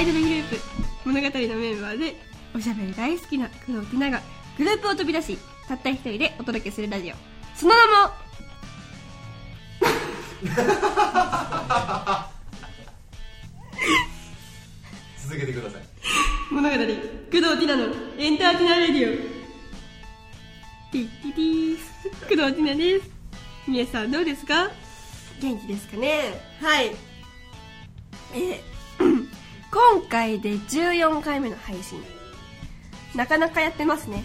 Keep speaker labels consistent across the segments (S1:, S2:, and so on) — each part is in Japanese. S1: イドルグループ物語のメンバーでおしゃべり大好きな工藤きながグループを飛び出したった一人でお届けするラジオその名も
S2: 続けてください
S1: 物語工藤ティナのエンターテイナーレディオティッティティース工藤ティナです皆さんどうですか元気ですかねはいえ ー今回で14回目の配信なかなかやってますね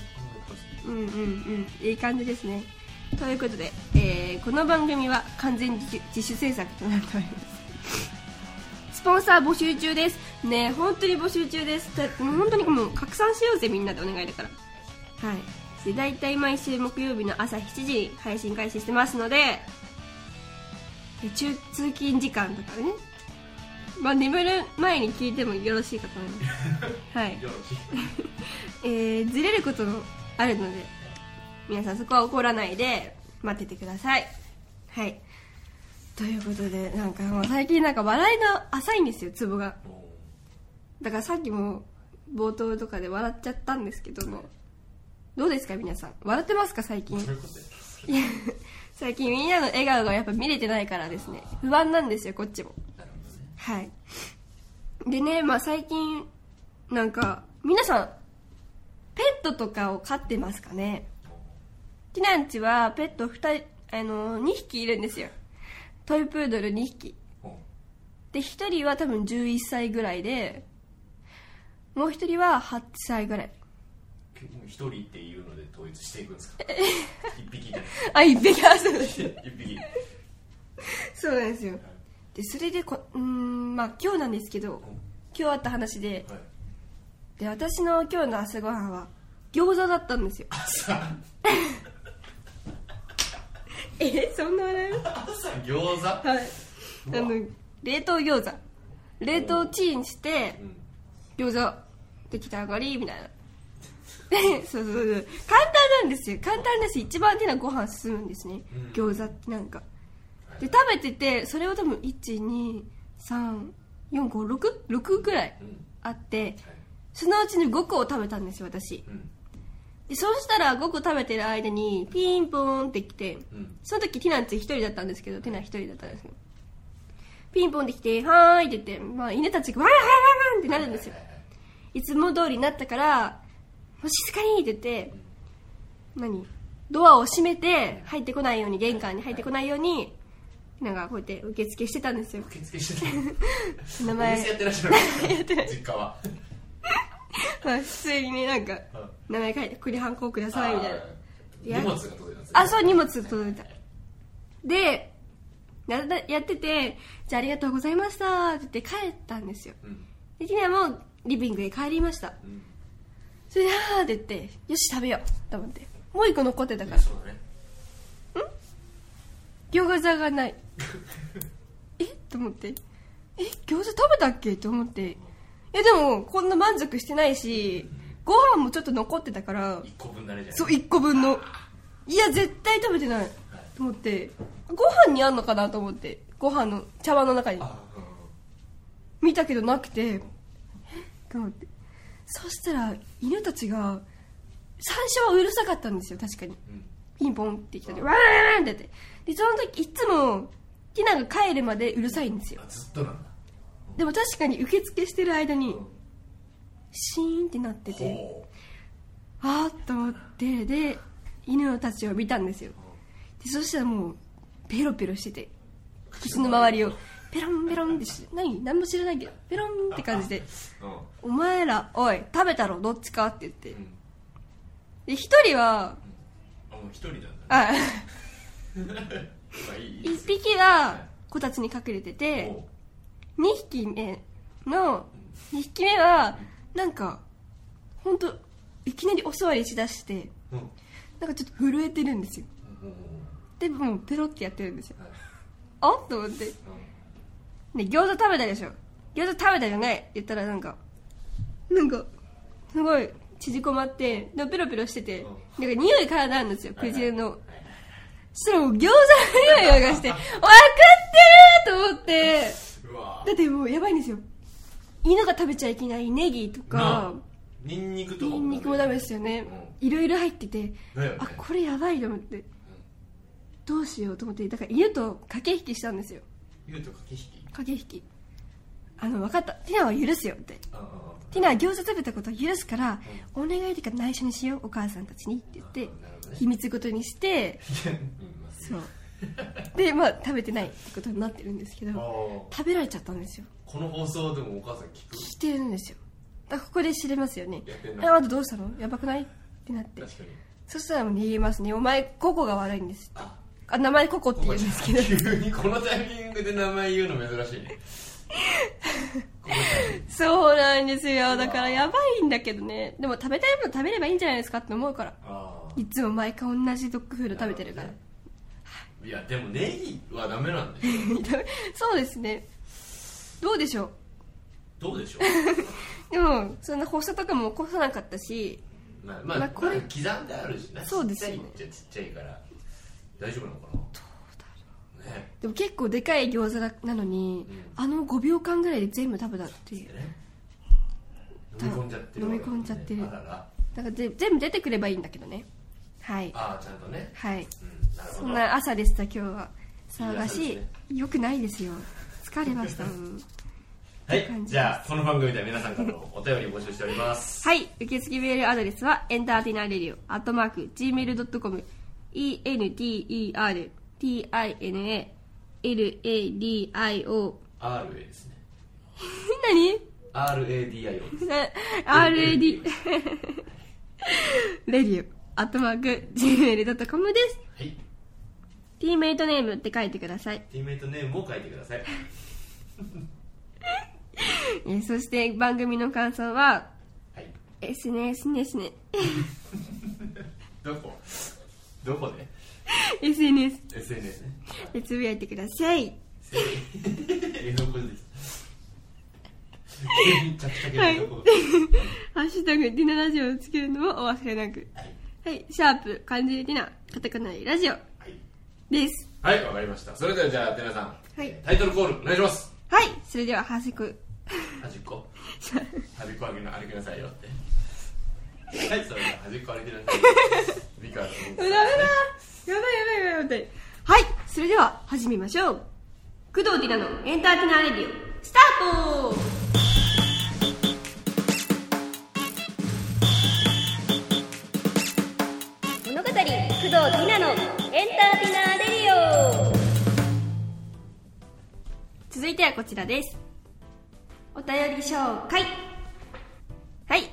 S1: うんうんうんいい感じですねということで、えーこの番組は完全自主自主制作となっておりますスポンサー募集中ですねえ本当に募集中ですだもう本当にもう拡散しようぜみんなでお願いだからはいで大体毎週木曜日の朝7時に配信開始してますのでで中通勤時間とかねまあ眠る前に聞いてもよろしいかと思いますはい
S2: よろしい
S1: えーずれることもあるので皆さんそこは怒らないで待っててくださいはいということでなんかもう最近なんか笑いが浅いんですよツボが
S2: も
S1: だからさっきも冒頭とかで笑っちゃったんですけどもどうですか皆さん笑ってますか最近
S2: うそういうことで
S1: いや最近みんなの笑顔がやっぱ見れてないからですね不安なんですよこっちも
S2: なる
S1: はいでねまあ最近なんか皆さんペットとかを飼ってますかね
S2: ほ
S1: ティナンチはペット2人あの2匹いるんですよトイプードル2匹
S2: どねも
S1: で1人は多分11歳ぐらいでもう1人は8歳ぐらいう
S2: 結構一人っていうので統一していくんですか一匹で
S1: あ一匹はそうです
S2: 一匹
S1: そうなんですよでそれでこうーんまあ今日なんですけど今日あった話で
S2: はい
S1: で私の今日の朝ごはんは餃子だったんですよ
S2: 朝
S1: えそんな笑う
S2: 朝餃子
S1: はいあの冷凍餃子冷凍チンして
S2: うん
S1: 餃子できた上がりみたいな でそうそうそう簡単なんですよ簡単だし一番手なご飯進むんですね、
S2: うん
S1: 餃子ってなんか
S2: はい
S1: で食べててそれを多分1234566ぐらい
S2: うん
S1: あって
S2: はい
S1: そのうちに5個を食べたんですよ私
S2: うん
S1: でそうしたら5個食べてる間にピンポーンってきて
S2: うん
S1: その時ティナンチ1人だったんですけどティナ1人だったんですけどピンポンできて「はーい」って言って、まあ、犬たちが「わーわーわーわー」ってなるんですよ
S2: はいはいはい
S1: いつも通りになったから「もう静かに」って言って何ドアを閉めて入ってこないように玄関に入ってこないようになんかこうやって受付してたんですよ
S2: 受付してる
S1: 名
S2: お店や
S1: 前
S2: ってらっしゃるやってない実家は
S1: まあ普通にねなんか
S2: うん
S1: 名前書いて「栗ハンコください」みたいな
S2: あー荷物が届いたんですね
S1: あそう荷物届いたでやったやってて「じゃあありがとうございました」って言って帰ったんですよ
S2: うん
S1: できないもうリビングへ帰りました
S2: うん
S1: それで「あー」って言って「よし食べよう」と思ってもう一個残ってたから
S2: そうだね
S1: 餃子がないえと思ってえ餃子食べたっけと思っていやでもこんな満足してないしご飯もちょっと残ってたから
S2: 一個分だねじゃ
S1: そう
S2: あ
S1: 1個分のいや絶対食べてないと思ってご飯にあんのかなと思ってご飯の茶碗の中に
S2: あうん
S1: 見たけどなくてえっと思ってそしたら犬たちが最初はうるさかったんですよ確かに
S2: うんうん
S1: ピンポンって来たで、わーんってやって。で、その時、いつも、ティナが帰るまでうるさいんですよ
S2: あ。ずっとなんだ
S1: でも確かに受付してる間に
S2: うん、
S1: シーンってなってて、
S2: ほう
S1: あーっと思って、で、犬たちを見たんですよ。で、そしたらもう、ペロペロしてて、口の周りを、ペロンペロンってし、何何も知らないけど、ペロンって感じで、
S2: う
S1: お前ら、おい、食べたろ、どっちかって言って
S2: んう。ん
S1: で、一人は、
S2: あもう一人なんだね
S1: あ、
S2: まあいいいいです
S1: 一
S2: よ
S1: 匹は、こたつに隠れてて、
S2: ほ
S1: 2匹目の2匹目はなんか本当いきなりお座りしだして
S2: ううん
S1: なんかちょっと震えてるんですよ
S2: うんうん
S1: でもうペロってやってるんですよ
S2: はい
S1: あっと思って、ね「餃子食べたでしょ餃子食べたよね」って言ったらなんかなんかすごい縮こまってでもペロペロしててなんか匂いからなんですよ
S2: はい
S1: 口
S2: はい
S1: の
S2: はいはい
S1: そしたらもう餃子の匂 いがして「分かってる!」と思って
S2: うわ
S1: だってもうやばいんですよ犬が食べちゃいけないネギとか
S2: ニンニクとか
S1: ニンニクもダメですよねいろいろ入ってて
S2: だよね
S1: あこれやばいと思ってどうしようと思ってだから犬と駆け引きしたんですよ
S2: うん言うと駆け引き
S1: 駆け引きあの分かったティナは許すよって
S2: ああ
S1: ティナは餃子食べたことを許すから、お願いとか内緒にしようお母さんたちにって言って、
S2: あなるほどね
S1: 秘密事にして
S2: いやうんまあ
S1: そうでまあ食べてないってことになってるんですけ
S2: あ
S1: ど
S2: ー
S1: 食べられちゃったんですよ
S2: この放送でもお母さん聞く
S1: 聞いてるんですよだからここで知れますよね
S2: やってん
S1: 「
S2: な
S1: えあなたどうしたのやばくない?」ってなって
S2: 確かに
S1: そしたらもう逃げますね「お前ココが悪いんです
S2: あ」
S1: あ名前ココって言うんですけど
S2: 急にこのタイミングで名前言うの珍しいねごめんなさい
S1: そうなんですよだからやばいんだけどねでも食べたいもの食べればいいんじゃないですかって思うから
S2: ああ
S1: いつも毎回同じドッグフード食べてるから
S2: いやでもネギはダメなん でしょ
S1: そうですねどうでしょう
S2: どうでしょ
S1: でもそんな発作とかも起こさなかったし
S2: うまあまあ、
S1: ま
S2: ま
S1: あ
S2: あ、
S1: これ
S2: 刻んであるしな
S1: そうですよね
S2: ちっちゃいっちゃちっちゃいから大丈夫なのかなどうだろうね
S1: でも結構でかい餃子だなのに、あの5秒間ぐらいで全部食べたっていう
S2: ね飲み込んじゃってる
S1: 飲み込んじゃってる
S2: あらら
S1: だからで全部出てくればいいんだけどねはい
S2: ああちゃんとね
S1: はい
S2: うんなるほ
S1: そ
S2: ど
S1: んな朝でした今日は騒が
S2: いい
S1: し
S2: 朝です
S1: いよくないですよ疲れま したもん
S2: はい
S1: 感じです
S2: じゃあこの番組では皆さんからのお便りを募集しております
S1: はい、受付メールアドレスは、エンターテイナーレディオ、アットマーク、gmail.com、enter, tina, ladio。
S2: RA ですね
S1: 何
S2: RADIO です
S1: な ?rad, レディオ、アットマーク、gmail.com です。
S2: はい
S1: t メイトネームって書いてください。
S2: ティーメイトネームを書いてください
S1: えーそして番組の感想は、
S2: はい
S1: ですね、ですね、です ね。
S2: どこ どこで
S1: SNS
S2: SNS ね
S1: でつぶやいてください。
S2: えどこで急に着々
S1: はい
S2: とどこ。
S1: ハッシュタグ、ディナラジオをつけるのもお忘れなく。
S2: はい
S1: はい、シャープ、漢字でディナ、カタカナでラジオ
S2: はい
S1: です。
S2: はい、わかりました。それではじゃあ、テナさん、
S1: はい
S2: タイトルコールお願いします。
S1: はい、それでは、はじ く。
S2: 端っこ、
S1: シャープ
S2: 端っこ歩きな歩きなさいよって。はい、それでは端っこ歩きなさいよ。美川さん
S1: ダメだやばいやばいやばいやばい。はい、それでは、始めましょう。工藤ディナのエンターテイナーレディオ、スタート
S3: 物語工藤ティナのエンターテイナーレディオ
S1: 続いてはこちらです。お便り紹介。はい、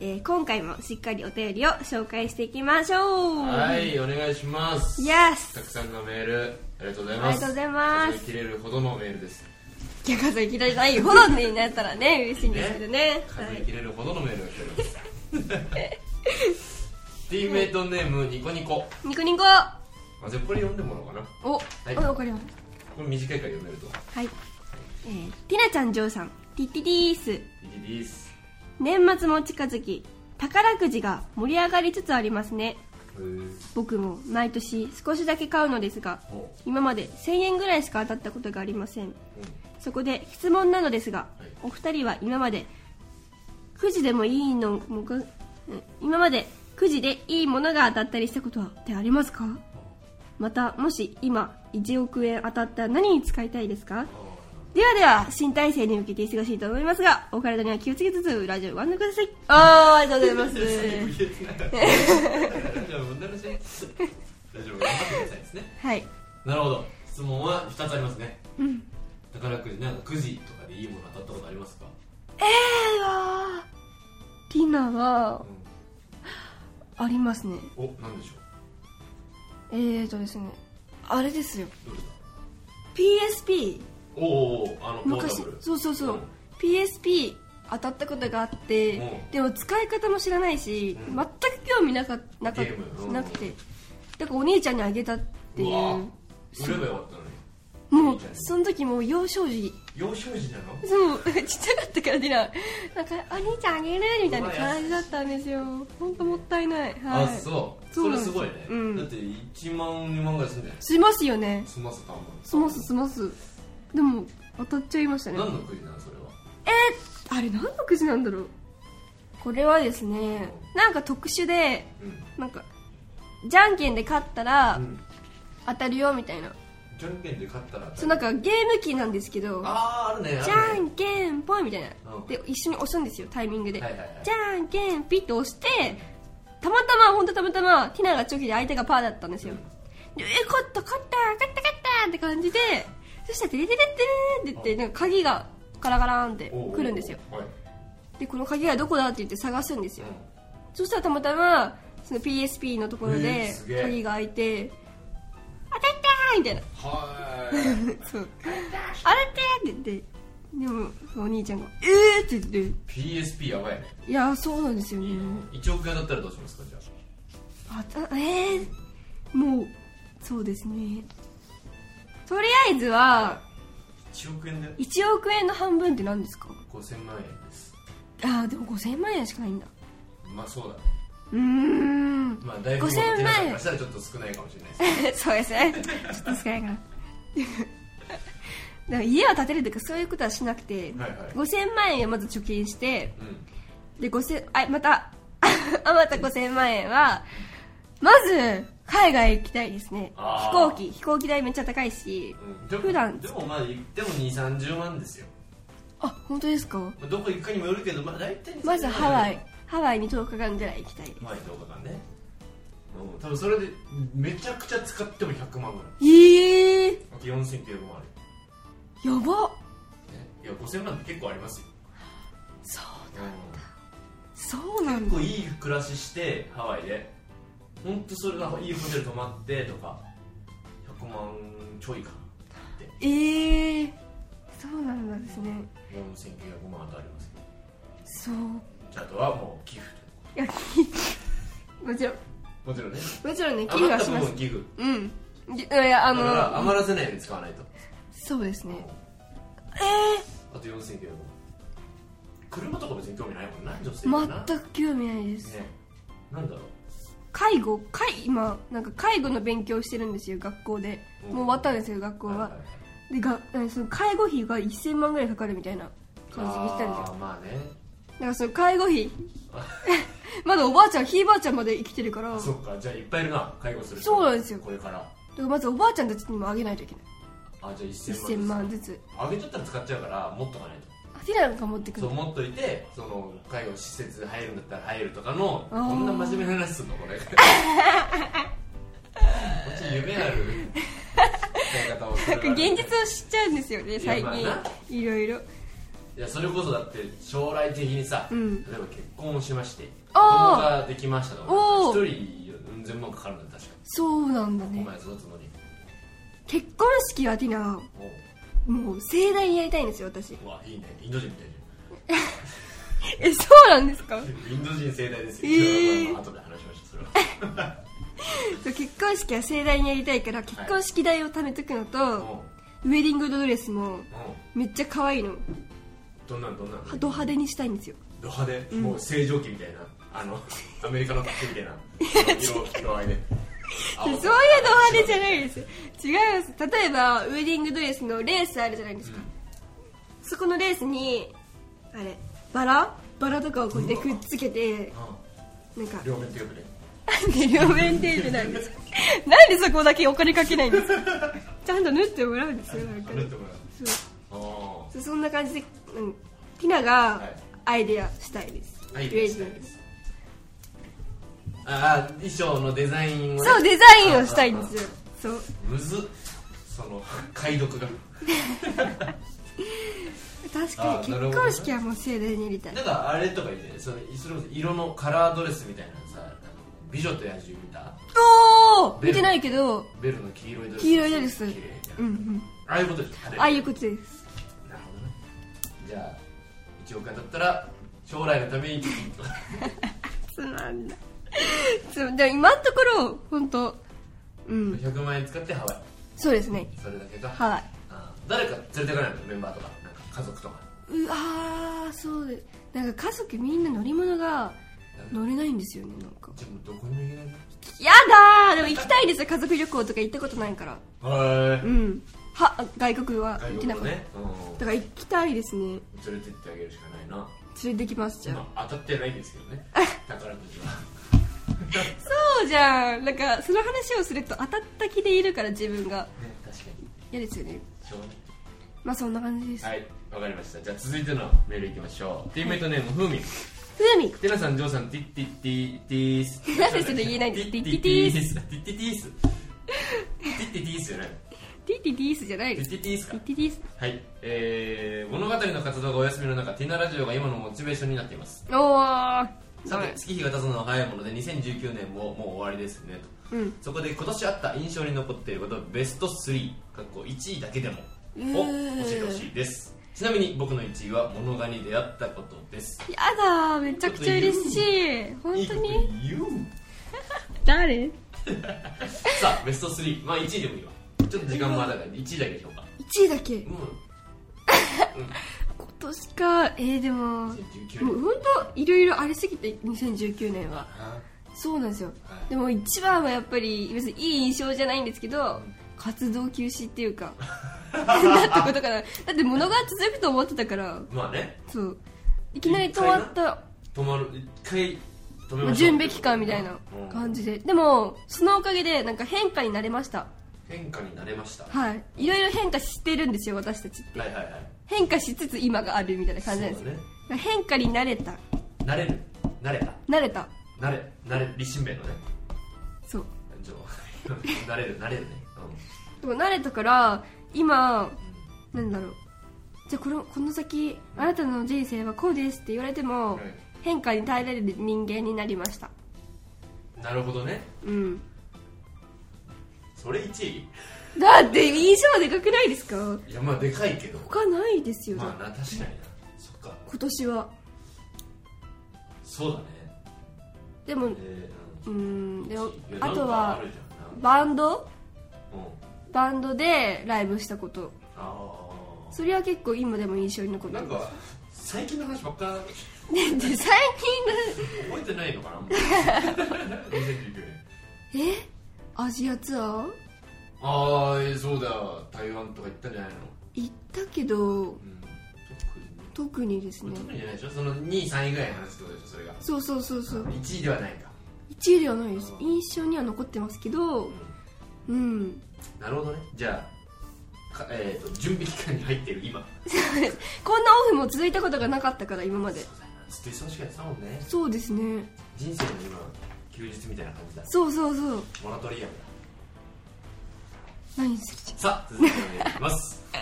S1: えー今回もしっかりお便りを紹介していきましょう。
S2: はい、お願いします。
S1: Yes
S2: たくさんのメール、ありがとうございます。
S1: ありがとうございます
S2: 数え切れるほどのメールです。
S1: 逆さいきなりないほどになったらね、 嬉しいんですけどね。は
S2: 数え
S1: い
S2: 切れるほどのメールが来ております。 ティーメイトネーム、ニコニコ。
S1: ニコニコ
S2: まずこれ読んでもらおうかな。
S1: お、
S2: はい
S1: おわかります
S2: これ短いから読めると。
S1: はいえー、ティナちゃんジョーさんティッティディース
S2: リリース。
S1: 年末も近づき宝くじが盛り上がりつつありますね
S2: へー
S1: 僕も毎年少しだけ買うのですが
S2: お
S1: 今まで1000円ぐらいしか当たったことがありません
S2: うん
S1: そこで質問なのですが、
S2: い
S1: お二人は今までくじでもいいのもがうん今までくじでいいものが当たったりしたことはってありますかまたもし今1億円当たったら何に使いたいですかではでは新体制に向けて忙しいと思いますがお体には気をつけつつラジオをご覧くださいあーありがとうございます
S2: じゃあ問題なし大丈夫頑張ってくださいです ね
S1: はい
S2: なるほど質問は2つありますね宝くじなんかくじとかでいいもの当たったことありますか、
S1: ではティナはありますね
S2: おなんでしょ
S1: えーとですねあれですよ
S2: うどれだ
S1: PSP
S2: おおおあのポータ
S1: 昔
S2: ブル
S1: そうそうそう、
S2: ん
S1: PSP 当たったことがあって、
S2: うん
S1: でも使い方も知らないし、
S2: うん
S1: 全く興味なかなか
S2: ゲームうん
S1: なくてだからお兄ちゃんにあげたっていう
S2: うわ売れば
S1: そう
S2: よかったのに
S1: も
S2: お
S1: う
S2: 兄ちゃんに
S1: その時もう幼少時
S2: 幼少時なの
S1: そうちっちゃかったからディナなんかお兄ちゃんあげるみたいな感じだったんですよ本当もったいないはい
S2: あそう
S1: そうな
S2: そ
S1: ん
S2: れ
S1: です
S2: すごいね、
S1: うん
S2: だって1万2万ぐらいすんじゃない
S1: しますよね
S2: 済ませたもん
S1: 済ます済ますでも当たっちゃいましたね
S2: 何のくじなのそれは
S1: えあれ何のくじなんだろうこれはですねなんか特殊で
S2: うん
S1: なんかじゃんけんで勝ったら
S2: うん
S1: 当たるよみたいな
S2: じゃんけんで勝ったら
S1: そうなんかゲーム機なんですけど
S2: あああるねあるね
S1: じゃんけんぽいみたいな
S2: うん
S1: で一緒に押すんですよタイミングで
S2: はいはいはい
S1: じゃんけんピッと押してたまたま本当たまたまティナがチョキで相手がパーだったんですよでえ勝った勝った勝った勝ったって感じでそしたらテレテレテレって言ってなんか鍵がガラガラーンって
S2: おうおう
S1: 来るんですよ
S2: はい
S1: でこの鍵はどこだって言って探すんですよそしたらたまたまその PSP のところ
S2: えー
S1: です
S2: げえ
S1: 鍵が開いて「当たった!」みたいな
S2: はーい
S1: そう「当たった!」って言ってでもお兄ちゃんが「えー!」って言っ
S2: PSP やばいね
S1: ていやそうなんですよね
S2: 1億円だったらどうしますかじゃ
S1: あたえー、もうそうですねとりあえずは
S2: あ1億円で
S1: 1億円の半分って何ですか
S2: 5000万円です
S1: ああでも5000万円しかないんだ
S2: まあそうだね
S1: うーん
S2: まあ大
S1: 5000万円
S2: からしたらちょっと少ないかもしれないですけ
S1: そうですねちょっと少ない かなでも家は建てるとかそういうことはしなくて、
S2: はいはい
S1: 5000万円をまず貯金して
S2: どうん
S1: で5000あまた 余った5000万円はまず海外行きたいですね飛
S2: あー
S1: 行機飛行機代めっちゃ高いし、
S2: うんでも
S1: 普段
S2: でもまあ言っても2 3 0万ですよ、
S1: あ本当ですか
S2: まあ、どこ行くかにもよるけどまあ大体
S1: まずハワイ
S2: ハ
S1: ハワイに10日間ぐらい行きたい
S2: ワイとかねうん多分それでめちゃくちゃ使っても100万ぐらい
S1: ええ
S2: あと4900万ある
S1: やば
S2: いや5000万って結構ありますよ、
S1: そう
S2: うん
S1: そうなん
S2: 結
S1: だ
S2: 構いい暮らししてハワイで本当それがいいホテル泊まってとか100万ちょいか
S1: ええそうなんだですね
S2: 4900万あとありますけ
S1: そう
S2: どあとはもう寄付
S1: いやきもちろん
S2: もちろんね
S1: もちろんね寄付
S2: 余っ
S1: は
S2: た
S1: し
S2: 分
S1: ま
S2: は
S1: す
S2: 寄付
S1: うんいやいやあ
S2: だから
S1: の
S2: 余らせないように使わないと
S1: そうですね
S2: あと4900万車とか別に興味ないもんな女性はな
S1: 全く興味ないです
S2: ねなんだろう
S1: 介護介今なんか介護の勉強してるんですよ学校で
S2: う
S1: も
S2: ん
S1: う終わったんですよ学校
S2: はい
S1: は
S2: はいはい
S1: でがえその介護費が1000万ぐらいかかるみたいな感じでしたんですよ
S2: あーまあね
S1: だからその介護 費まだおばあちゃんひいばあちゃんまで生きてるからだ
S2: あ
S1: か
S2: そっかじゃあいっぱいいるな介護する人
S1: そうなんですよ
S2: これから
S1: らまずおばあちゃんたちにもあげないといけない
S2: あじゃあ
S1: 1000
S2: 1000万
S1: 万ずつ
S2: あげちゃったら使っちゃうから持っとかないと
S1: あティラなんか持ってく
S2: そ
S1: る
S2: う持っといてその介護施設で入るんだったら入るとかの
S1: あー
S2: こんな真面目な話すんの これこっち 夢ある使い方をす
S1: な
S2: る
S1: ん
S2: か
S1: から現実を知っちゃうんですよね最
S2: いやまあ
S1: 近いろいろ
S2: いやそれこそだって将来的にさ、
S1: うん
S2: 例えば結婚をしまして子
S1: あー
S2: 供ができましたとか
S1: お
S2: 一
S1: ー
S2: 人うん千万かかるんだ確か
S1: そうなんだ
S2: お
S1: ね
S2: 前育つのに
S1: 結婚式はティラ
S2: おう
S1: もう盛大にやりたいんですよ私
S2: うわいいねインド人みたいじ
S1: えそうなんですか
S2: ゃんインド人盛大ですよ、
S1: えー
S2: それはまあ後で話しましょうそれは
S1: そう結婚式は盛大にやりたいから結婚式代を貯めとくのと、
S2: おう
S1: ウェディングドレスも
S2: おう
S1: めっちゃ可愛いの
S2: どんなんどんなん
S1: ド派手にしたいんですよ
S2: ド派手、もう正常期みたいなあのアメリカの服みたいな色色合いで
S1: そういうド派手じゃないですよ違います例えばウェディングドレスのレースあるじゃないですか、そこのレースにあれバラバラとかをこうやってくっつけてなんか
S2: うん両面テープで
S1: なんで両面テープなんですかなんでそこだけお金かけないんですかちゃんと縫ってもらうんですよなんか
S2: あれってもらう
S1: そう
S2: あ
S1: そうそんな感じで、うん、ティナが
S2: はい
S1: アイデアしたいです、
S2: ーはいしたいですああ衣装のデザインを、ね、
S1: そうデザインをしたいんですよそう
S2: むずっその解読が
S1: 確かに
S2: あなる
S1: 結
S2: ほどね
S1: 婚式はもう盛大にやりたい
S2: なんかあれとか言ってそのそれこそ色のカラードレスみたいなのさあの美女と野獣見た
S1: おお見てないけど
S2: ベルの黄色いドレス
S1: 黄色いドレス
S2: 綺麗
S1: うんうん
S2: ああいうことです
S1: ああいうことです
S2: なるほどねじゃあ1億円だったら将来のために
S1: つまん だそうでも今のところ本当うん
S2: 100万円使ってハワイ
S1: そうですね
S2: それだけか、
S1: ハワイ
S2: あー誰か連れてかないのメンバーとかなんか家族とか
S1: うわーそうですなんか家族みんな乗り物が乗れないんですよねなんか
S2: じゃあもうどこにも行けない
S1: やだーでも行きたいですよ家族旅行とか行ったことないから
S2: は
S1: うんは外国は
S2: 外
S1: 行け
S2: 国
S1: な
S2: の
S1: かった、
S2: ね、うん
S1: だから行きたいですね
S2: 連れてってあげるしかないな
S1: 連れてきますじゃあ
S2: 今当たってないんですけど ね宝くじは
S1: そうじゃんなんかその話をすると当たった気でいるから自分が
S2: ね確かに
S1: 嫌ですよね
S2: しょうがない
S1: まあそんな感じです
S2: はい、わかりました。じゃあ続いてのメールいきましょう。ティーメイトネーム、ふうみん。
S1: ふうみ
S2: てなさん、ジョーさん、ティッティッティティース。
S1: なんでそれ言えないんです
S2: ティッティッティース。ティッティッティース。ティッティッティースじゃない。
S1: ティティディースじゃないで
S2: ティッ
S1: す
S2: ティッティース
S1: テ
S2: か
S1: ィ。ティディース
S2: はい、えー、物語の活動がお休みの中、ティナラジオが今のモチベーションになっています。
S1: おお
S2: さて、月日が経つのは早いもので、2019年ももう終わりですねと。
S1: うん
S2: そこで今年あった印象に残っていることベスト3かっこ1位だけでもを教えてほしいですちなみに僕の1位はモノガに出会ったことです
S1: やだーめちゃくちゃ嬉しい本
S2: いい
S1: 当
S2: こと
S1: に
S2: 言う
S1: 誰 ?1
S2: さあベスト3まあ1位でもいいわちょっと時間もあるから1位だけでしょうか
S1: 位だけ
S2: う
S1: 今年かえー、でも
S2: ん2019
S1: もう
S2: 年
S1: 本当いろいろありすぎて2019年は
S2: あ
S1: そうなんですよ
S2: あは
S1: でも一番はやっぱり別にいい印象じゃないんですけど活動休止っていうか なったことかなだって物が続くと思ってたから
S2: いまあね
S1: そういきなり止まった
S2: 止まる一回止め
S1: まあ
S2: ましょう
S1: 準備期間みたいな感じででもそのおかげでなんか変化になれました
S2: うん変化になれましたは
S1: はいいろいろ変化してるんですよ私たちっ
S2: い
S1: て
S2: はいはい
S1: 変化しつつ今があるみたいな感じなんです
S2: そう
S1: よ
S2: だね
S1: 変化になれた
S2: 慣れる慣れた
S1: 慣れた
S2: 慣れ慣れ立身弁のね
S1: そう
S2: ちょ 慣れる慣れるね、う
S1: でも慣れたから今なんだろうじゃあこのこの先あなたの人生はこうですって言われても、
S2: はい
S1: 変化に耐えられる人間になりました
S2: ん、なるほどね
S1: うん
S2: それ1位
S1: だって印象でかくないですか
S2: いやまあでかいけど
S1: 他ないですよ、
S2: まあな確かになそっか
S1: 今年は
S2: そうだね
S1: でも
S2: え
S1: う
S2: ー
S1: んでも
S2: うん
S1: あと
S2: なんかあ
S1: は
S2: るじゃんな
S1: バンド
S2: うん
S1: バンドでライブしたこと
S2: あ
S1: それは結構今でも印象に残って
S2: あな
S1: る
S2: んか最近の話ばっか
S1: でで最近の
S2: 覚えてないのかなあ んまり2019年
S1: えアジアツアー
S2: ああえーそうだ台湾とか行ったんじゃないの
S1: 行ったけど
S2: うん
S1: 特にです
S2: 特
S1: ね
S2: に特にじゃないでしょその2位3位ぐらいの話ってことでしょそれが
S1: そうそうそうそう
S2: 1位ではないか
S1: 1位ではないです印象には残ってますけどうん
S2: なるほどねじゃあか、えー、と準備期間に入っている今
S1: こんなオフも続いたことがなかったから今まで
S2: ずっと忙しくやってたもんね
S1: そうですね
S2: 人生の今休日みたいな感じだ
S1: そうそうそう
S2: モラトリアムだ
S1: 何する
S2: さあ続いてお願いします
S1: じ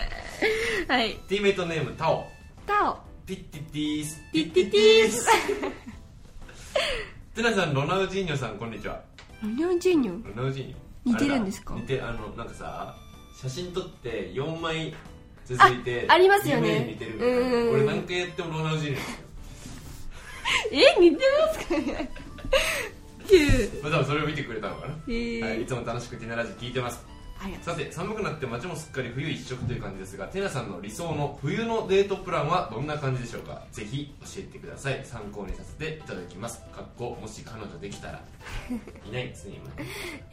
S1: ゃんはい
S2: ティーメイトネームタオ
S1: タオ
S2: ティッティッティース
S1: ティッティッティース
S2: テナさんロナウジーニョさんこんにちは
S1: ロニョンジーニョン
S2: ロナウジーニョ
S1: 似てるんですか
S2: あれだ似てあのなんかさ写真撮って4枚続いて
S1: あありますよね
S2: 二枚に似てるみたいな
S1: うん
S2: 俺何回やってもロナウジーニョですよ
S1: え似て ますかね9
S2: まあ多分それを見てくれたのかな、
S1: えー
S2: はい、いつも楽しく手ならじ聞いてます
S1: ありがと
S2: さて寒くなって街もすっかり冬一色という感じですがてなさんの理想の冬のデートプランはどんな感じでしょうかぜひ教えてください参考にさせていただきますかっこもし彼女できたらいないんですね今
S1: う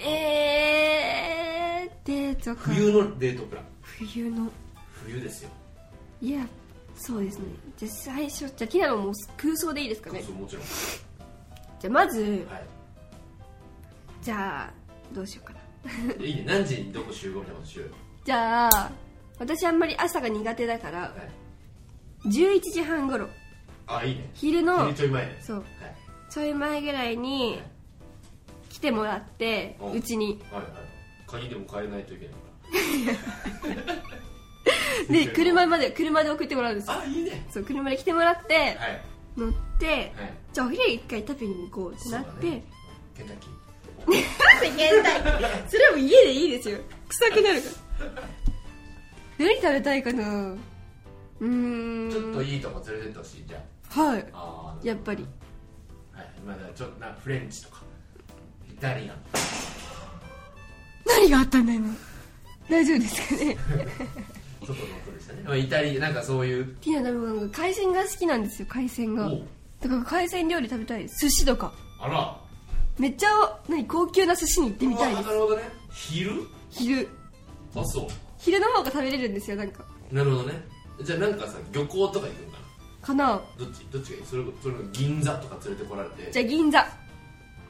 S1: えーデートか
S2: 冬のデートプラン
S1: 冬の
S2: 冬ですよ
S1: いやそうですねじゃあ最初じゃあティナのもう空想でいいですかね
S2: そうもちろん
S1: じゃあまず
S2: はい
S1: じゃあどうしようかない
S2: いね何時にどこ集合みたいなことしようよ
S1: じゃあ私あんまり朝が苦手だから
S2: はい
S1: 11時半頃
S2: あいいね
S1: 昼の
S2: 昼ちょい前ね
S1: そう
S2: はい
S1: ちょい前ぐらいに来てもらって
S2: うん
S1: うちに
S2: はいはい鍵でも変えないといけないか
S1: で車まで車で送ってもらうんですよ
S2: らあいいね
S1: そう車で来てもらって
S2: はい
S1: 乗って
S2: はい
S1: じゃあお昼一回食べに行こうってなっ
S2: そう
S1: て、
S2: だねケンタッキー
S1: なんで現代それはもう家でいいですよ臭くなる から何食べたいかなうーん
S2: ちょっといいとこ連れてってほしいじゃあ
S1: はい
S2: あー
S1: やっぱり
S2: はいまあだからちょっとなフレンチとかイタリアン
S1: 何があったんだ今大丈夫ですかね
S2: 外の音でしたねまあイタリアなんかそういう
S1: ティーナ多分海鮮が好きなんですよ海鮮が
S2: おう
S1: だから海鮮料理食べたい寿司とか
S2: あら
S1: めっちゃ何高級な寿司に行ってみたいで
S2: あ
S1: す
S2: なるほどね昼
S1: 昼
S2: あそう
S1: 昼の方が食べれるんですよなんか
S2: なるほどねじゃあなんかさ漁港とか行くのかな
S1: かな
S2: どっちどっちがいいそれそれ銀座とか連れてこられて
S1: じゃあ銀 座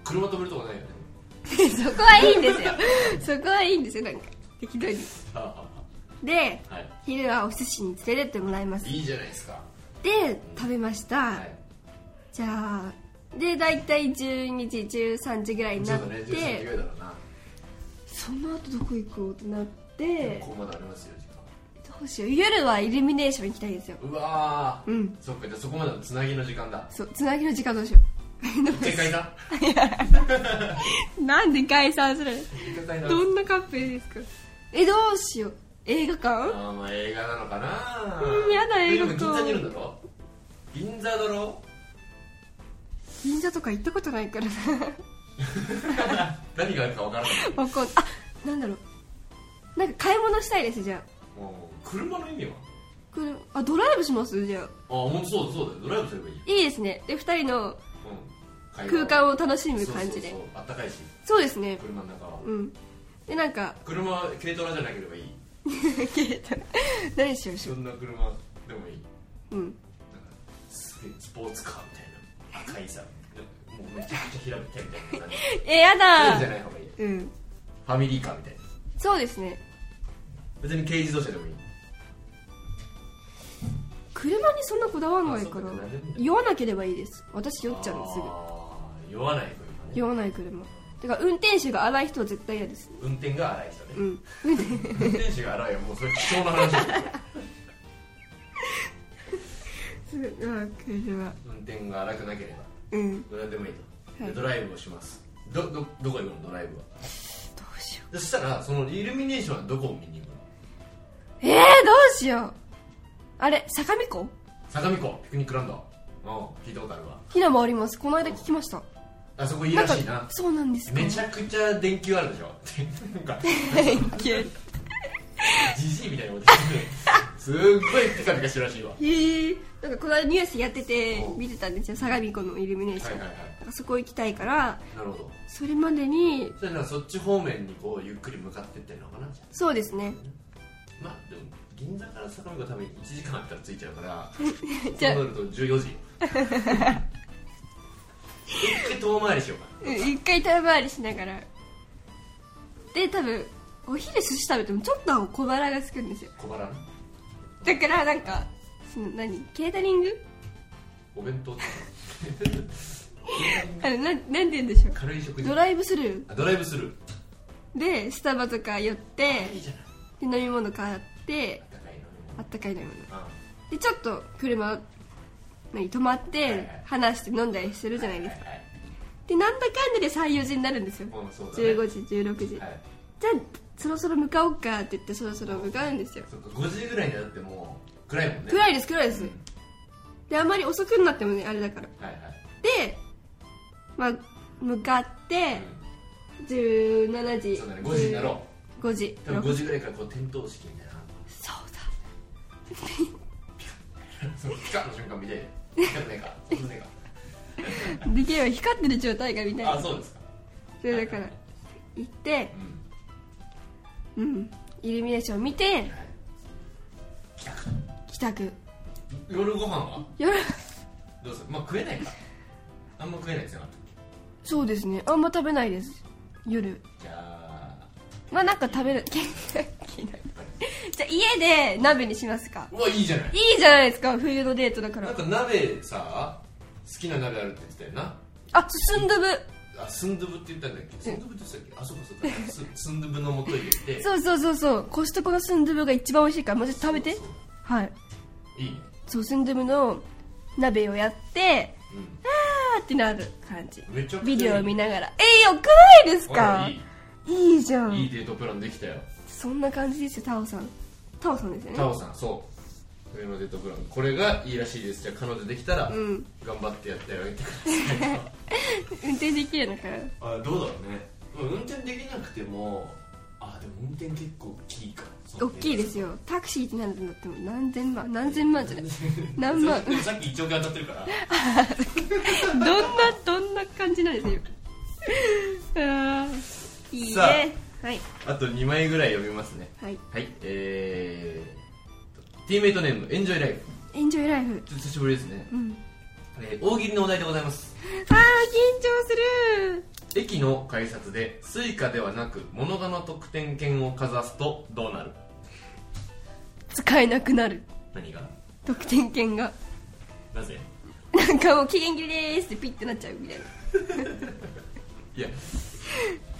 S2: 車止めるとこないよね
S1: そこはいいんですよそこはいいんですよなんか適当に
S2: あ
S1: で
S2: あは
S1: 昼はお寿司に連れてってもらいます
S2: いいいじゃないですか
S1: で食べました、
S2: はい
S1: じゃあで大体12時13時ぐらいに
S2: そ
S1: な
S2: う
S1: っ
S2: だね
S1: て
S2: 13時ぐらいだろうな
S1: その後どこ行こうってなって
S2: ここまでありますよ時間
S1: どうしよう夜はイルミネーション行きたいんですよ
S2: うわー
S1: うん
S2: そっかじゃあそこまでのつなぎの時間だ
S1: そうつなぎの時間どうしよ
S2: 一回いた
S1: うなんで解散する
S2: 一回いた
S1: どんなカップルですかえどうしよう映画
S2: あ
S1: 館
S2: ーまあ映画なのかな
S1: うんやだ映画
S2: でも銀座にいるんだろ銀座だ ろ
S1: 銀座とか行ったこと ないからな
S2: 何があるか分からない
S1: わかんあなんだろうなんか買い物したいですじゃあ
S2: もう車の意味は
S1: これあドライブしますじゃあ
S2: あ本当そうだそうだよドライブすればいいよ、
S1: いいですねで2人の
S2: うん、
S1: 空
S2: を
S1: 間を楽しむ感じで
S2: そうそうそうあったかいし
S1: そうですね
S2: 車の中は、
S1: うんでなんか
S2: 車は軽トラじゃなければいい
S1: 何しようし
S2: そ
S1: よ
S2: んな車でもいいう
S1: うん
S2: なんかすげえスポーツカーみたいな赤いさもうめちゃくちゃ平べったいみたいな 感じ
S1: えや
S2: そう
S1: だ
S2: じゃない方がいい
S1: うん
S2: ファミリーカーみたいな
S1: そうですね
S2: 別に軽自動車でもいい
S1: 車にそんなこだわんないか
S2: あ
S1: ら
S2: そうだね
S1: 酔わなければいいです私酔っちゃうのすぐ
S2: あー酔わない車ね
S1: 酔わない車てか運転手が荒い人は絶対嫌です
S2: 運転が荒い人ね、
S1: うん
S2: 運転手が荒いはもうそれ貴重な話だよ
S1: すぐあ車
S2: 運転が荒くなければ
S1: うんど
S2: どれでもいいと、
S1: はい
S2: でドライブをしますどどどこ行くのドライブは
S1: うしよ
S2: でそしたらそのイルミネーションはどこを見に行くの
S1: うえー、どうしようあれ坂見湖
S2: 相模湖ピクニックランドうん聞いたことあるわ
S1: ひなもありますこの間聞きました
S2: あそこいいらしいな
S1: なんかそうなんですか
S2: めちゃくちゃ電球あるでしょなんか
S1: へ
S2: ジジイみたいなことしてるすっごいピカピカしてるらし いわは
S1: えなんかこの間ニュースやってて見てたんですよ相模湖のイルミネー
S2: い
S1: シ
S2: は
S1: ョ
S2: い
S1: ン、
S2: はい
S1: なんかそこ行きたいから
S2: なるほど
S1: それまでに
S2: それならそっち方面にこうゆっくり向かってってるのかなじゃ
S1: そうですね
S2: あまあでも銀座から相模湖多分1時間あったら着いちゃうから
S1: じゃあ
S2: そうなると14時一回遠回りしようか
S1: うん一回遠回りしながらで多分お昼寿司食べてもちょっとは小腹が空くんですよ
S2: 小腹の
S1: だからなんかその何ケータリング
S2: お弁当とか
S1: あのなんなんて言うんでしょう
S2: 軽い食事
S1: ドライブスル
S2: あドライブする
S1: ーでスタバとか寄って
S2: いいじゃない
S1: で飲み物買って
S2: 高いのに
S1: あったかい飲み物
S2: あ
S1: でちょっと車何止まっ
S2: いは
S1: て
S2: い
S1: 話して飲んだりするじゃないですか
S2: はい
S1: でなんだかんだで34時になるんですよ
S2: はいうんそうだね
S1: 15時16時じゃ
S2: は
S1: あ
S2: い
S1: そろそろ向かおうかって言ってそろそろ向かうんですよ
S2: そっか5時ぐらいになってもう暗いもんね
S1: 暗
S2: い
S1: いです暗いですであんまり遅くなってもねあれだから
S2: はいはい
S1: でまあ向かって17時
S2: うんそうだね5時になろ
S1: 5時
S2: う多分
S1: 6
S2: 5時ぐらいからこう点灯式みたいな
S1: そうだ
S2: そうピカッの瞬間見て光ってないかそうね
S1: できれば光ってる状態がみた
S2: え
S1: い
S2: かあ
S1: な
S2: そうですか
S1: でだから行って
S2: うん
S1: うんイルミネーション見て
S2: はい帰宅
S1: 帰宅
S2: 夜ご飯は
S1: 夜
S2: どうするまあ食えないかあんま食えないですよあと
S1: そうですねあんま食べないです夜
S2: じゃあ
S1: まあなんか食べる 気になるじゃあ家で鍋にしますか
S2: うわいいじゃない
S1: いいじゃないですか冬のデートだか
S2: な
S1: ら
S2: んか鍋さ好きな鍋あるって言ってたよな
S1: あ進んどぶ
S2: あスンドゥブって言ったんだっけスンドゥブって言ってたっけあそうかそうかススンドゥブの素入れて
S1: そうそうそうそうコストコのスンドゥブが一番美味しいからまず 食べて
S2: そうそう
S1: はい
S2: いいね
S1: そうスンドゥブの鍋をやって
S2: う
S1: あーってなる感じ
S2: んめちゃくちゃいい
S1: ビデオを見ながらえいよくないです
S2: ほ
S1: からい
S2: い
S1: いじゃん
S2: いいいデートプランできたよ
S1: そんな感じですよタオさんタオさんですよね
S2: タオさんそう上のデートプランこれがいいらしいですじゃあ彼女できたら、
S1: ん
S2: 頑張ってやってあげてください
S1: 運転できるのかな
S2: あどうだろうね運転できなくてもあでも運転結構大きいか
S1: 大きいですよタクシーってなるんだっても何千万何千万じゃない何万
S2: さっきさっき1億円当たってるから
S1: どんなどんな感じなんですよ あーいいね
S2: さ
S1: はい
S2: あと2枚ぐらい読みますね
S1: はい
S2: はい、えティーメイトネームエンジョイライフ
S1: エンジョイライフ
S2: ちょっと久しぶりですね、
S1: うん
S2: えー大喜利のお題でございます
S1: あー緊張する
S2: 駅の改札でスイカではなく物がの特典券をかざすとどうなる
S1: 使えなくなる
S2: 何が
S1: 得点券が
S2: なぜ
S1: なんかもう期限切れですってピッてなっちゃうみたいない
S2: や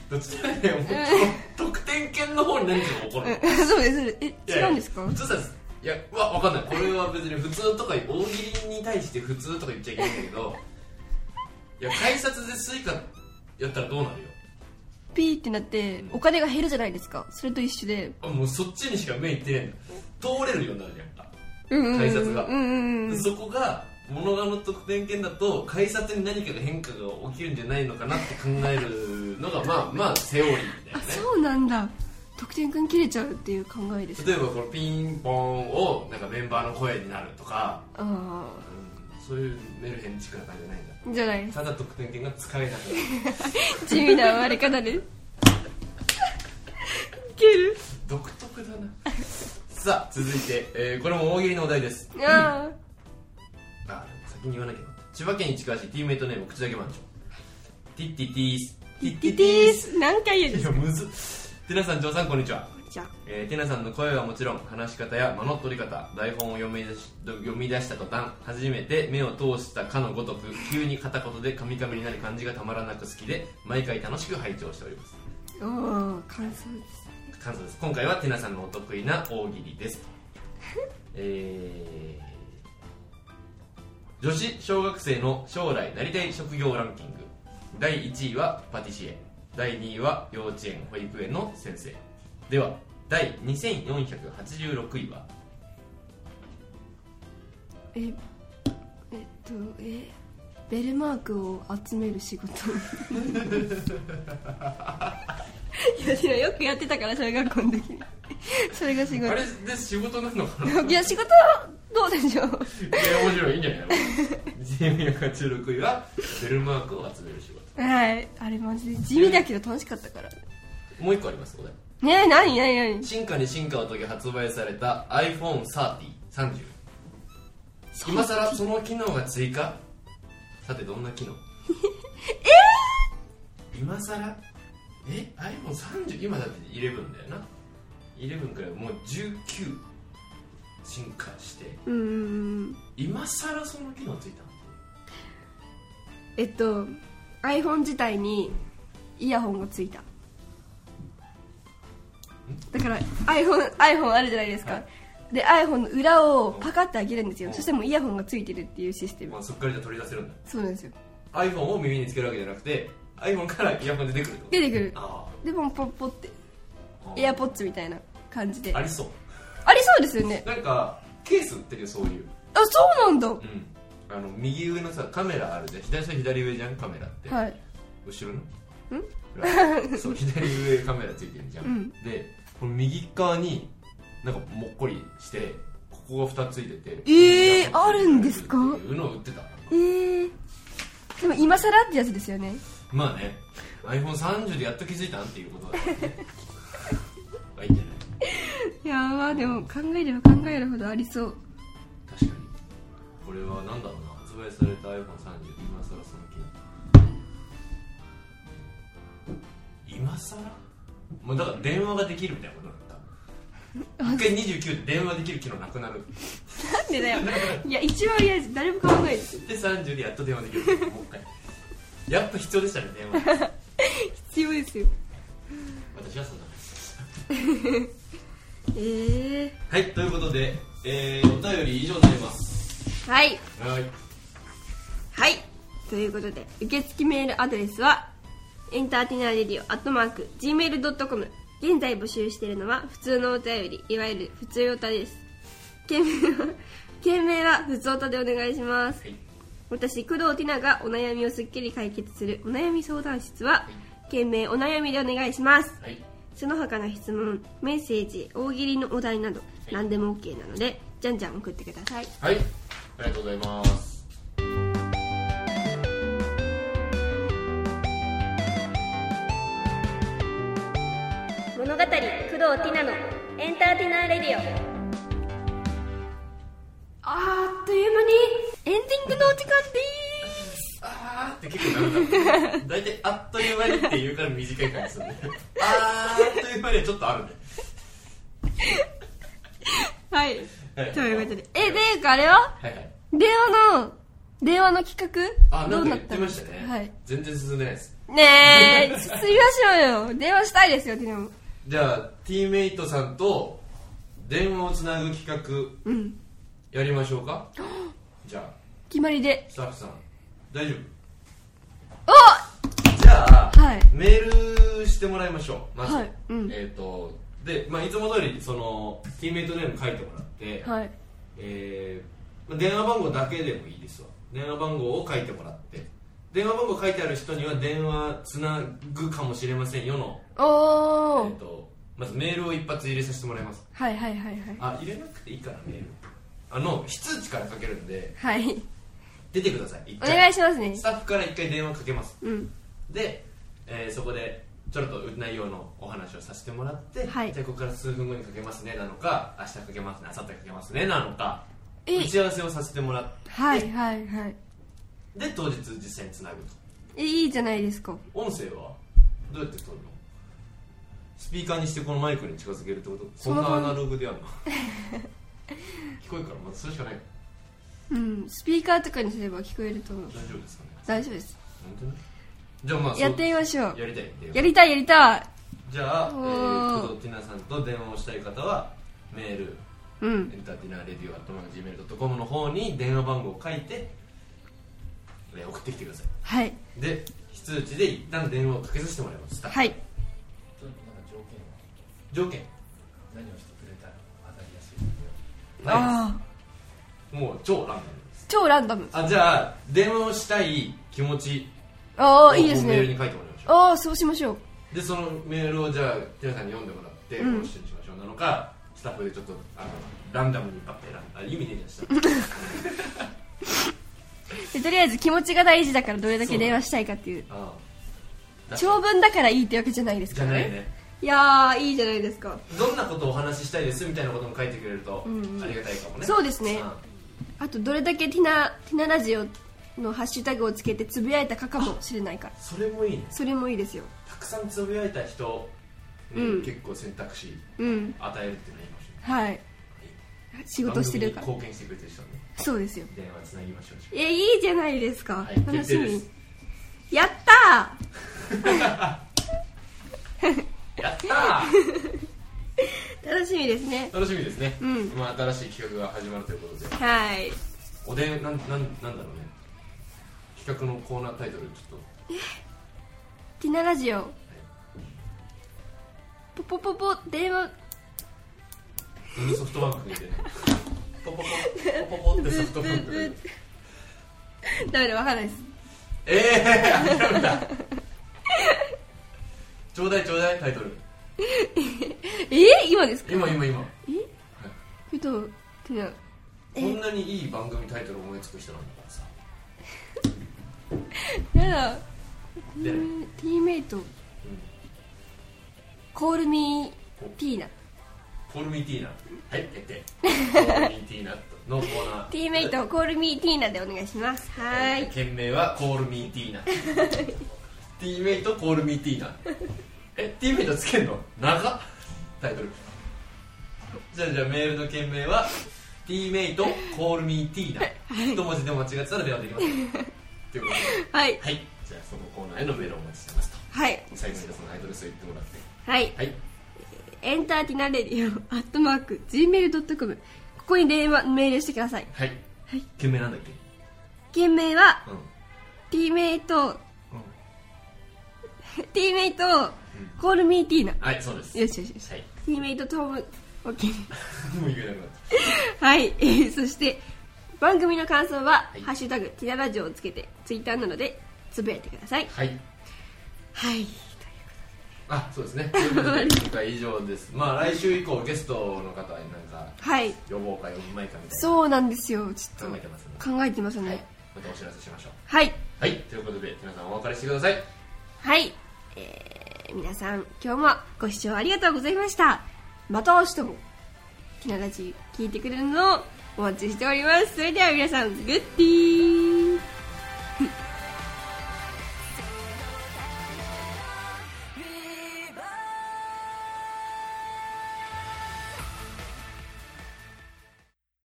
S2: どっちかねもう その特典券の方に何かが起こるの
S1: うん そうですそうですえ違うんですか
S2: 普通さいやわわかんないこれは別に普通とか大喜利に対して普通とか言っちゃいけないんだけどいや改札でスイカやったらどうなるよ
S1: ピーってなってお金が減るじゃないですかそれと一緒で
S2: あもうそっちにしか目いってないんだ通れるようになるじゃんか
S1: うんうんうん
S2: 改札が
S1: うんうんうん
S2: そこが物側の特典券だと改札に何かが変化が起きるんじゃないのかなって考えるのがまあまあセオリーみた
S1: あ
S2: いなね
S1: そうなんだ得点券切れちゃうっていう考えです
S2: 例えばこのピンポンをなんかメンバーの声になるとか、
S1: あ
S2: うんそういうメルヘンチックな感じじゃないんだ
S1: あじゃないです
S2: ただ得点券が使えなくなる
S1: 地味な終わり方ですいける
S2: 独特だな さあ続いて、えーこれも大喜利のお題です
S1: あ
S2: あ先に言わなきゃ千葉県市川市ティーメイトネーム口だけ番長ティッティティースティ
S1: ーティティース何回言うんで
S2: い
S1: す
S2: や
S1: か
S2: むずっテナさんジョーさんこんにちは
S1: じゃあ
S2: えー、テナさんの声はもちろん話し方や間の取り方台本を読み出し読み出した途端初めて目を通したかのごとく急に片言でカミカミになる感じがたまらなく好きで毎回楽しく拝聴しております
S1: おー感想です
S2: 感想です今回はテナさんのお得意な大喜利ですとえー、女子小学生の将来なりたい職業ランキング第1位はパティシエ第2位は幼稚園保育園の先生では第2486位は
S1: ええっとえベルマークを集める仕 事いやでもよくやってたから小学校の時にそれがすご
S2: あ
S1: い
S2: れで仕事なのかないや
S1: いや仕事どうでしょう
S2: 面白いいいんじゃないの2486位はベルマークを集める仕事
S1: はいあれマジで地味だけど楽しかったからね
S2: もう一個ありますお題
S1: え何何何
S2: 進化に進化を遂げ発売された iPhone3030 今さらその機能が追加さてどんな 機能えー、今さらえ iPhone30 今だって11だよな11からもう19進化して
S1: うーん
S2: 今さらその機能ついたの
S1: えっと iPhone 自体にイヤホンがついただから iPhone, iPhone あるじゃないですか、
S2: はい
S1: で iPhone の裏をパカッて開けるんですよ、
S2: うん
S1: そしてもうイヤホンがついてるっていうシステム、
S2: まあ、そこからじゃあ取り出せるんだ
S1: そうなんですよ
S2: iPhone を耳につけるわけじゃなくて iPhone からイヤホン出てくるって
S1: 出てくる
S2: ことあ
S1: でもポッポって
S2: ーあー
S1: エアポッツみたいな感じで
S2: あ
S1: あ
S2: りそう
S1: りそうですよね
S2: なんかケース売ってるよそういう
S1: あそうなんだ、
S2: うんあの右上のさカメラあるじゃん左下左上じゃんカメラって、
S1: はい
S2: 後ろのん そう左上カメラついてるじゃん、
S1: うん
S2: でこの右側になんかもっこりしてここが2つついてて
S1: えーあるんですか
S2: っていうのを売ってた
S1: えー、でも今更ってやつですよね
S2: まあね iPhone30 でやっと気づいたんっていうことだよね まあいいんじゃない
S1: いやーまあでも考えれば考えるほどありそう
S2: 確かにこれは何だろうな発売された iPhone30 今更その機能今更もうだから電話ができるみたいなことなんだった1回29で電話できる機能なくなる
S1: なんでだよいや一番嫌です誰も買わないです
S2: で30でやっと電話できるもう一回やっと必要でしたね電話
S1: 必要ですよ
S2: 私はそうなんです
S1: ええ
S2: はいということで、えー、お便り以上になります
S1: ー、はい
S2: はい
S1: はいということで受付メールアドレスはエンターテイナーレディオアットマーク Gmail.com 現在募集しているのは普通のお便りいわゆる普通おたです件名は件名は普通おたでお願いします
S2: はい
S1: 私工藤ティナがお悩みをすっきり解決するお悩み相談室は件名お悩みでお願いします
S2: はい
S1: その他の質問メッセージ大喜利のお題など
S2: い
S1: 何でも OK なのでじゃんじゃん送ってください
S2: はい、ありがとうございます。
S3: 物語工藤ティナのエンターテイナーレディオ
S1: のお時間でーす
S2: あーって結構長かったね大体あっという間にっていうから短い感じするね あーあっという間にはちょっとあるね
S1: はい
S2: はい
S1: ということでえであれは
S2: はいはい
S1: 電話の電話の企画
S2: あな
S1: ど
S2: ん
S1: う
S2: か
S1: な
S2: 言
S1: っ
S2: って
S1: た
S2: ましたね、
S1: はい
S2: 全然進んでないです
S1: ねえすみましょうよ電話したいですよでも
S2: じゃあティーメイトさんと電話をつなぐ企画
S1: うん
S2: やりましょうか じゃあ
S1: 決まりで
S2: スタッフさん大丈
S1: お
S2: 夫じゃあ、
S1: はい
S2: メールしてもらいましょうまず、
S1: はいうん
S2: えっ、とで、まあ、いつも通りそのティーメイトネーム書いてもらって、
S1: はい
S2: えーまあ電話番号だけでもいいですわ電話番号を書いてもらって電話番号書いてある人には電話つなぐかもしれませんよの、
S1: お
S2: え
S1: お
S2: ー、とまずメールを一発入れさせてもらいます
S1: はいはいはいはい
S2: あ入れなくていいからメールあの非通知からかけるんで
S1: はい
S2: 出てください一
S1: お
S2: 回
S1: 願いしますね
S2: スタッフから一回電話かけます
S1: うん
S2: で、えーそこでちょっと内容のお話をさせてもらって、
S1: はい
S2: じゃあここから数分後にかけますねなのか明日かけますね明後日かけますねなのか
S1: え
S2: 打ち合わせをさせてもらっ
S1: はいはいはい
S2: てで当日実際につなぐと
S1: えいいじゃないですか
S2: 音声はどうやって撮るのスピーカーにしてこのマイクに近づけるってこと
S1: そ
S2: こん
S1: んな
S2: なアナログでやるの 聞こえるからまずそれしかない
S1: うんスピーカーとかにすれば聞こえると思う
S2: 大丈夫ですかね
S1: 大丈夫です
S2: 本当にじゃあまあそう
S1: やってみましょう
S2: やりたいっていう
S1: やりたいやりたい
S2: じゃあ、え
S1: お
S2: ー、
S1: ー
S2: 工藤ティナさんと電話をしたい方はメール
S1: う
S2: エ
S1: ん
S2: ンターテイナーレディオアットマーク Gmail.com の方に電話番号を書いて、えー送ってきてくださ
S1: はい
S2: いで非通知で一旦電話をかけさせてもらいます
S1: はい
S4: ちょっとなんか条件は
S2: 条件
S4: 何をしてくれたら当たりやすい
S2: な
S1: ああ
S2: いですもう超ランダムです
S1: 超ランダム
S2: あじゃあ電話をしたい気持ち
S1: あ
S2: を
S1: あいいです
S2: メール
S1: ね
S2: に書いてもらいましょ
S1: ああそうしましょう
S2: うでそのメールをじゃあティナさんに読んでもらって、
S1: うん
S2: この人にしましょうなのかスタッフでちょっとあのランダムにパッて選んだあ意味ねえじゃんした
S1: でとりあえず気持ちが大事だからどれだけ電話したいかっていう
S2: ああ
S1: 長文だからいいってわけじゃないです
S2: じ
S1: か
S2: ゃ
S1: ら
S2: ない
S1: ね
S2: ね
S1: いやーいいじゃないですか
S2: どんなことをお話ししたいですみたいなことも書いてくれると
S1: うんうん
S2: ありがたいかもね、
S1: そうですね
S2: ん
S1: あとどれだけティナティナラジオのハッシュタグをつけてつぶやいたかかもしれないから
S2: それもいいね
S1: それもいいですよ
S2: たくさんつぶやいた人に、
S1: うん
S2: 結構選択肢
S1: うん
S2: 与えるっていうのはいいかもしれない
S1: はい仕事してるか
S2: 番
S1: ら
S2: 組に貢献してくれてる人に
S1: そうですよ
S2: 電話つなぎましょう
S1: いやいいじゃないですか、
S2: はい
S1: 楽しみ
S2: 決
S1: やった
S2: やっ たー
S1: ー楽しみですね
S2: 楽しみですね、
S1: うん
S2: まあ、新しい企画が始まるということで
S1: はい
S2: おでんなんなんなんだろうね企画のコーナータイトルちょっ
S1: ティナラジオポポポポ電話
S2: とうんソフトバン クに入れないポポポポポポってソフトバンクで
S1: ダメだわかんないです
S2: ええー、諦めたちょうだいちょうだいタイトル
S1: えー、今ですか
S2: 今今今
S1: ふとティナ
S2: こんなにいい番組タイトル思いつく人なんだからさ
S1: やだ
S2: で、うん、
S1: ティーメイトコールミーティーナ
S2: コールミーティーナはいや ってコールミーティーナのコーナー
S1: ティーメイトコールミーティーナでお願いしますはーい
S2: 件名はコールミーティーナ ティーメイトコールミーティーナえティーメイトつけんの長っタイトルじゃあじゃあメールの件名はティーメイトコールミーティーナ一文字でも間違ってたら電話できませんということで
S1: はい
S2: はいじゃあそのコーナーへのメールをお待ちしてますと
S1: はい
S2: 最後にそのアイドルスを言ってもらって
S1: はい
S2: はい
S1: エンターティナレディオアットマーク Gmail.com ここに電話メールしてください
S2: はい、件名なんだっけ
S1: 件名は
S2: うん、うん、
S1: ティーメイトティーメイトコールミーティーナ
S2: はいそうです
S1: よしよしよし
S2: はい
S1: ティーメイトトーム OK
S2: もう言えなくなった
S1: はい、えーそして番組の感想は「
S2: い
S1: ハッシュタグティナラジオ」をつけてツイッターなどでつぶやいてください
S2: はい
S1: はい
S2: あそうですねということで今回以上ですまあ来週以降ゲストの方はなんか
S1: はい
S2: 呼ぼうか呼ぶまいかみたいな
S1: そうなんですよちょっ
S2: 考えてますね
S1: と考えてます
S2: はい
S1: ね
S2: またお知らせしましょう
S1: はい
S2: はいということで皆さんお別れしてください
S1: はい、えー皆さん今日もご視聴ありがとうございましたまた明日もティナラジ聞いてくれるのをお待ちしておりますそれでは皆さんグッディー